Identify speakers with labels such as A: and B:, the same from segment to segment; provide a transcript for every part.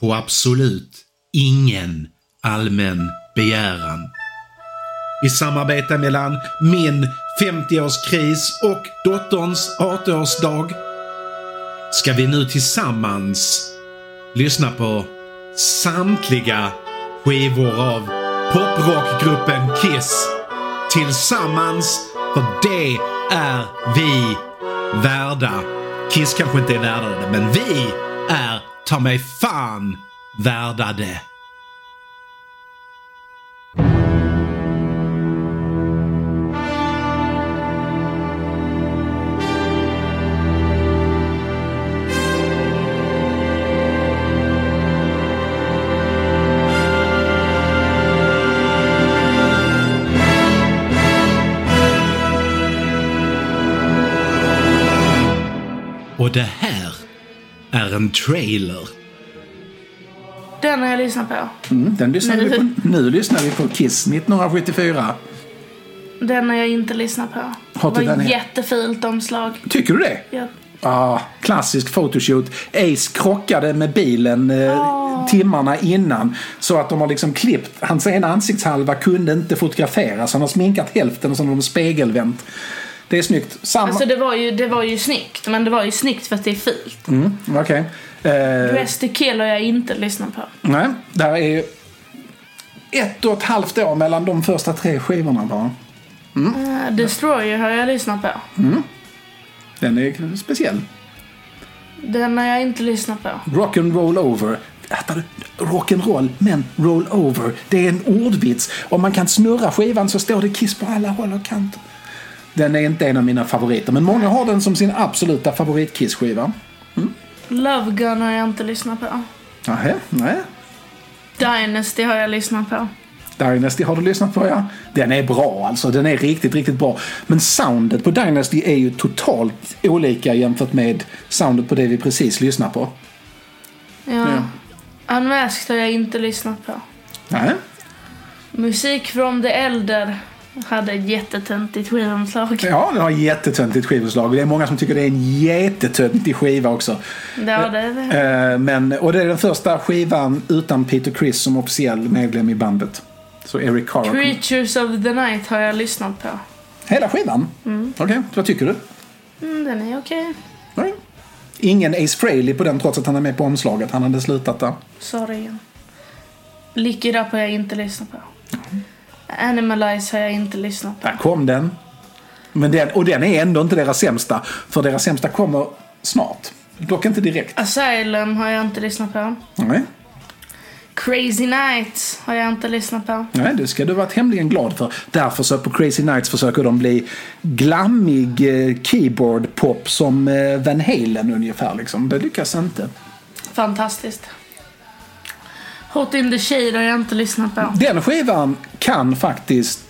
A: på absolut ingen allmän begäran. I samarbete mellan min 50-årskris och dotterns 18-årsdag ska vi nu tillsammans lyssna på samtliga skivor av poprockgruppen Kiss tillsammans, för det är vi värda. Kiss kanske inte är värda det, men vi är ta mig fan värda det. Och det här är en trailer.
B: Den har jag lyssnat på.
C: Mm, den lyssnar vi på, nu lyssnar vi på Kiss 1974.
B: Den har jag inte lyssnat på.
C: Har du
B: det var
C: den här?
B: jättefilt omslag.
C: Tycker du det?
B: Ja.
C: Ah, klassisk photoshoot. Ace krockade med bilen eh, timmarna innan. Så att de har liksom klippt. Hans ena ansiktshalva kunde inte fotograferas. Han har sminkat hälften och så har de spegelvänt. Det är snyggt. Samma...
B: Alltså det var, ju, det var ju snyggt, men det var ju snyggt för att det är filt.
C: Mm, okej. Eh,
B: Dress to kill har jag inte lyssnat på.
C: nej, där är ju ett och ett halvt år mellan de första tre skivorna bara.
B: Eh, Destroyer har jag lyssnat på.
C: Den är speciell.
B: Den har jag inte lyssnat på.
C: Rock and roll over. Fattar du? Rock and roll, men roll over. Det är en ordvits. Om man kan snurra skivan så står det Kiss på alla håll och kanter. Den är inte en av mina favoriter, men många har den som sin absoluta favorit-Kiss-skiva.
B: Love Gun har jag inte lyssnat på.
C: Nähä, nej.
B: Dynasty har jag lyssnat på.
C: Dynasty har du lyssnat på ja. Den är bra alltså. Den är riktigt, riktigt bra. Men soundet på Dynasty är ju totalt olika jämfört med soundet på det vi precis lyssnar på.
B: Ja.
C: Ja.
B: Unmasked har jag inte lyssnat på.
C: Nej.
B: Musik from the Elder hade ett jättetöntigt skivomslag.
C: Ja, den har jättetöntigt skivomslag. Det är många som tycker det är en jättetöntig skiva också.
B: Ja, det är det.
C: Eh, Men, och det är den första skivan utan Peter Criss som officiell medlem i bandet. Så Eric Carr. kom-
B: Creatures of the Night har jag lyssnat på.
C: Hela skivan? Okej, vad tycker du?
B: Mm, den är okej.
C: Nej. Ingen Ace Frehley på den trots att han är med på omslaget. Han hade slutat där.
B: Sorry igen. Lick It Up har jag inte lyssnat på. Animalize har jag inte lyssnat på.
C: Där kom den. Men den. Och den är ändå inte deras sämsta. För deras sämsta kommer snart. Dock inte direkt.
B: Asylum har jag inte lyssnat på.
C: Nej,
B: Crazy Nights har jag inte lyssnat på.
C: Nej, det ska du vara tämligen glad för. Därför så på Crazy Nights försöker de bli glammig eh, keyboard-pop som eh, Van Halen ungefär. Liksom. Det lyckas inte.
B: Fantastiskt. Hot in the Shade har jag inte lyssnat på.
C: Den skivan kan faktiskt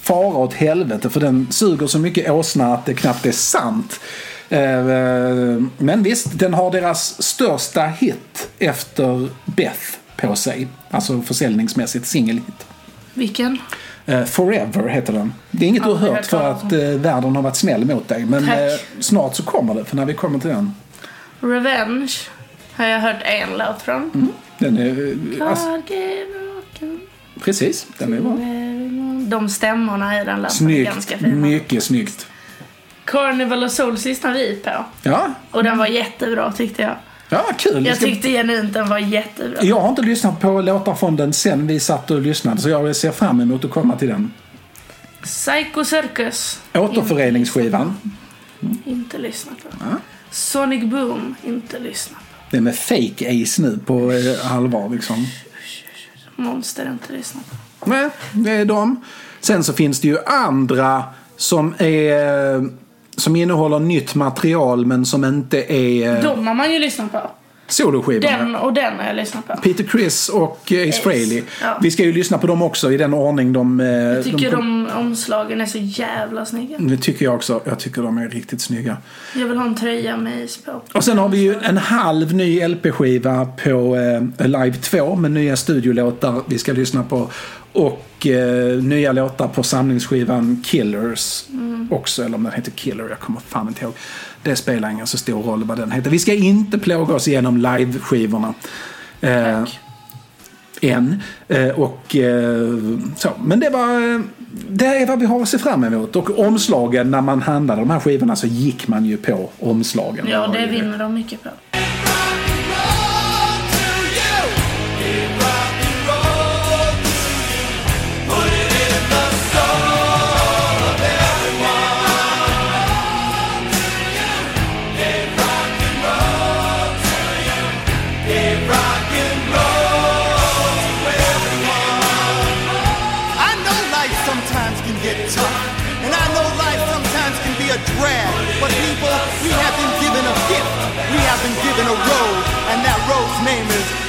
C: fara åt helvete för den suger så mycket åsna att det knappt är sant. Eh, eh, Men visst, den har deras största hit efter Beth på sig. Alltså försäljningsmässigt singelhit.
B: Vilken?
C: Eh, Forever heter den. Det är inget du
B: Aldrig
C: har
B: hört
C: hört för
B: talas
C: att eh, världen har varit snäll mot dig. Men
B: Tack.
C: eh, snart så kommer det, för när vi kommer till den.
B: Revenge har jag hört en låt från.
C: Den är... eh, Alltså,
B: God gave rock and
C: precis, den är bra.
B: roll. De stämmorna i den låten är Mm. ganska
C: Snyggt,
B: fina.
C: mycket snyggt.
B: Carnival of Souls lyssnade vi på.
C: Ja,
B: Och den var jättebra tyckte jag.
C: ja kul. Vi
B: Jag
C: ska-
B: tyckte genuint den var jättebra.
C: Jag har inte lyssnat på låtar från den sen vi satt och lyssnade så jag ser fram emot att komma till den.
B: Psycho Circus.
C: Återföreningsskivan.
B: Inte lyssnat på. Sonic Boom. Inte lyssnat på.
C: Det är med fake ace nu på eh, allvar liksom.
B: Monster. Inte lyssnat på.
C: Nej, det är de. Sen så finns det ju andra som är som innehåller nytt material men som inte är eh,
B: De har man ju lyssnat på.
C: soloskivor.
B: Den och den har jag lyssnat på.
C: Peter Criss och eh, Ace Frehley.
B: ja.
C: Vi ska ju lyssna på dem också i den ordning de... eh,
B: Jag tycker
C: de,
B: de Mm. omslagen är så jävla snygga.
C: det tycker jag också. Jag tycker de är riktigt snygga.
B: Jag vill ha en tröja med is på.
C: Och sen har vi ju en halv ny LP-skiva på eh, Live 2 med nya studiolåtar vi ska lyssna på. Och eh, nya låtar på samlingsskivan Killers
B: Mm.
C: också, eller om den heter Killer, jag kommer fan inte ihåg. Det spelar ingen så stor roll vad den heter. Vi ska inte plåga oss igenom live-skivorna. Eh,
B: Tack.
C: än. Eh, och, eh, så. Men det var eh, det är vad vi har att se fram emot. Och omslagen, när man handlade de här skivorna så gick man ju på omslagen.
B: Ja,
C: var
B: det
C: ju-
B: vinner de mycket på.
D: I know life sometimes can get tough, and I know life sometimes can be a drag. But people, we have been given a gift, we have been given a road, and that road's name is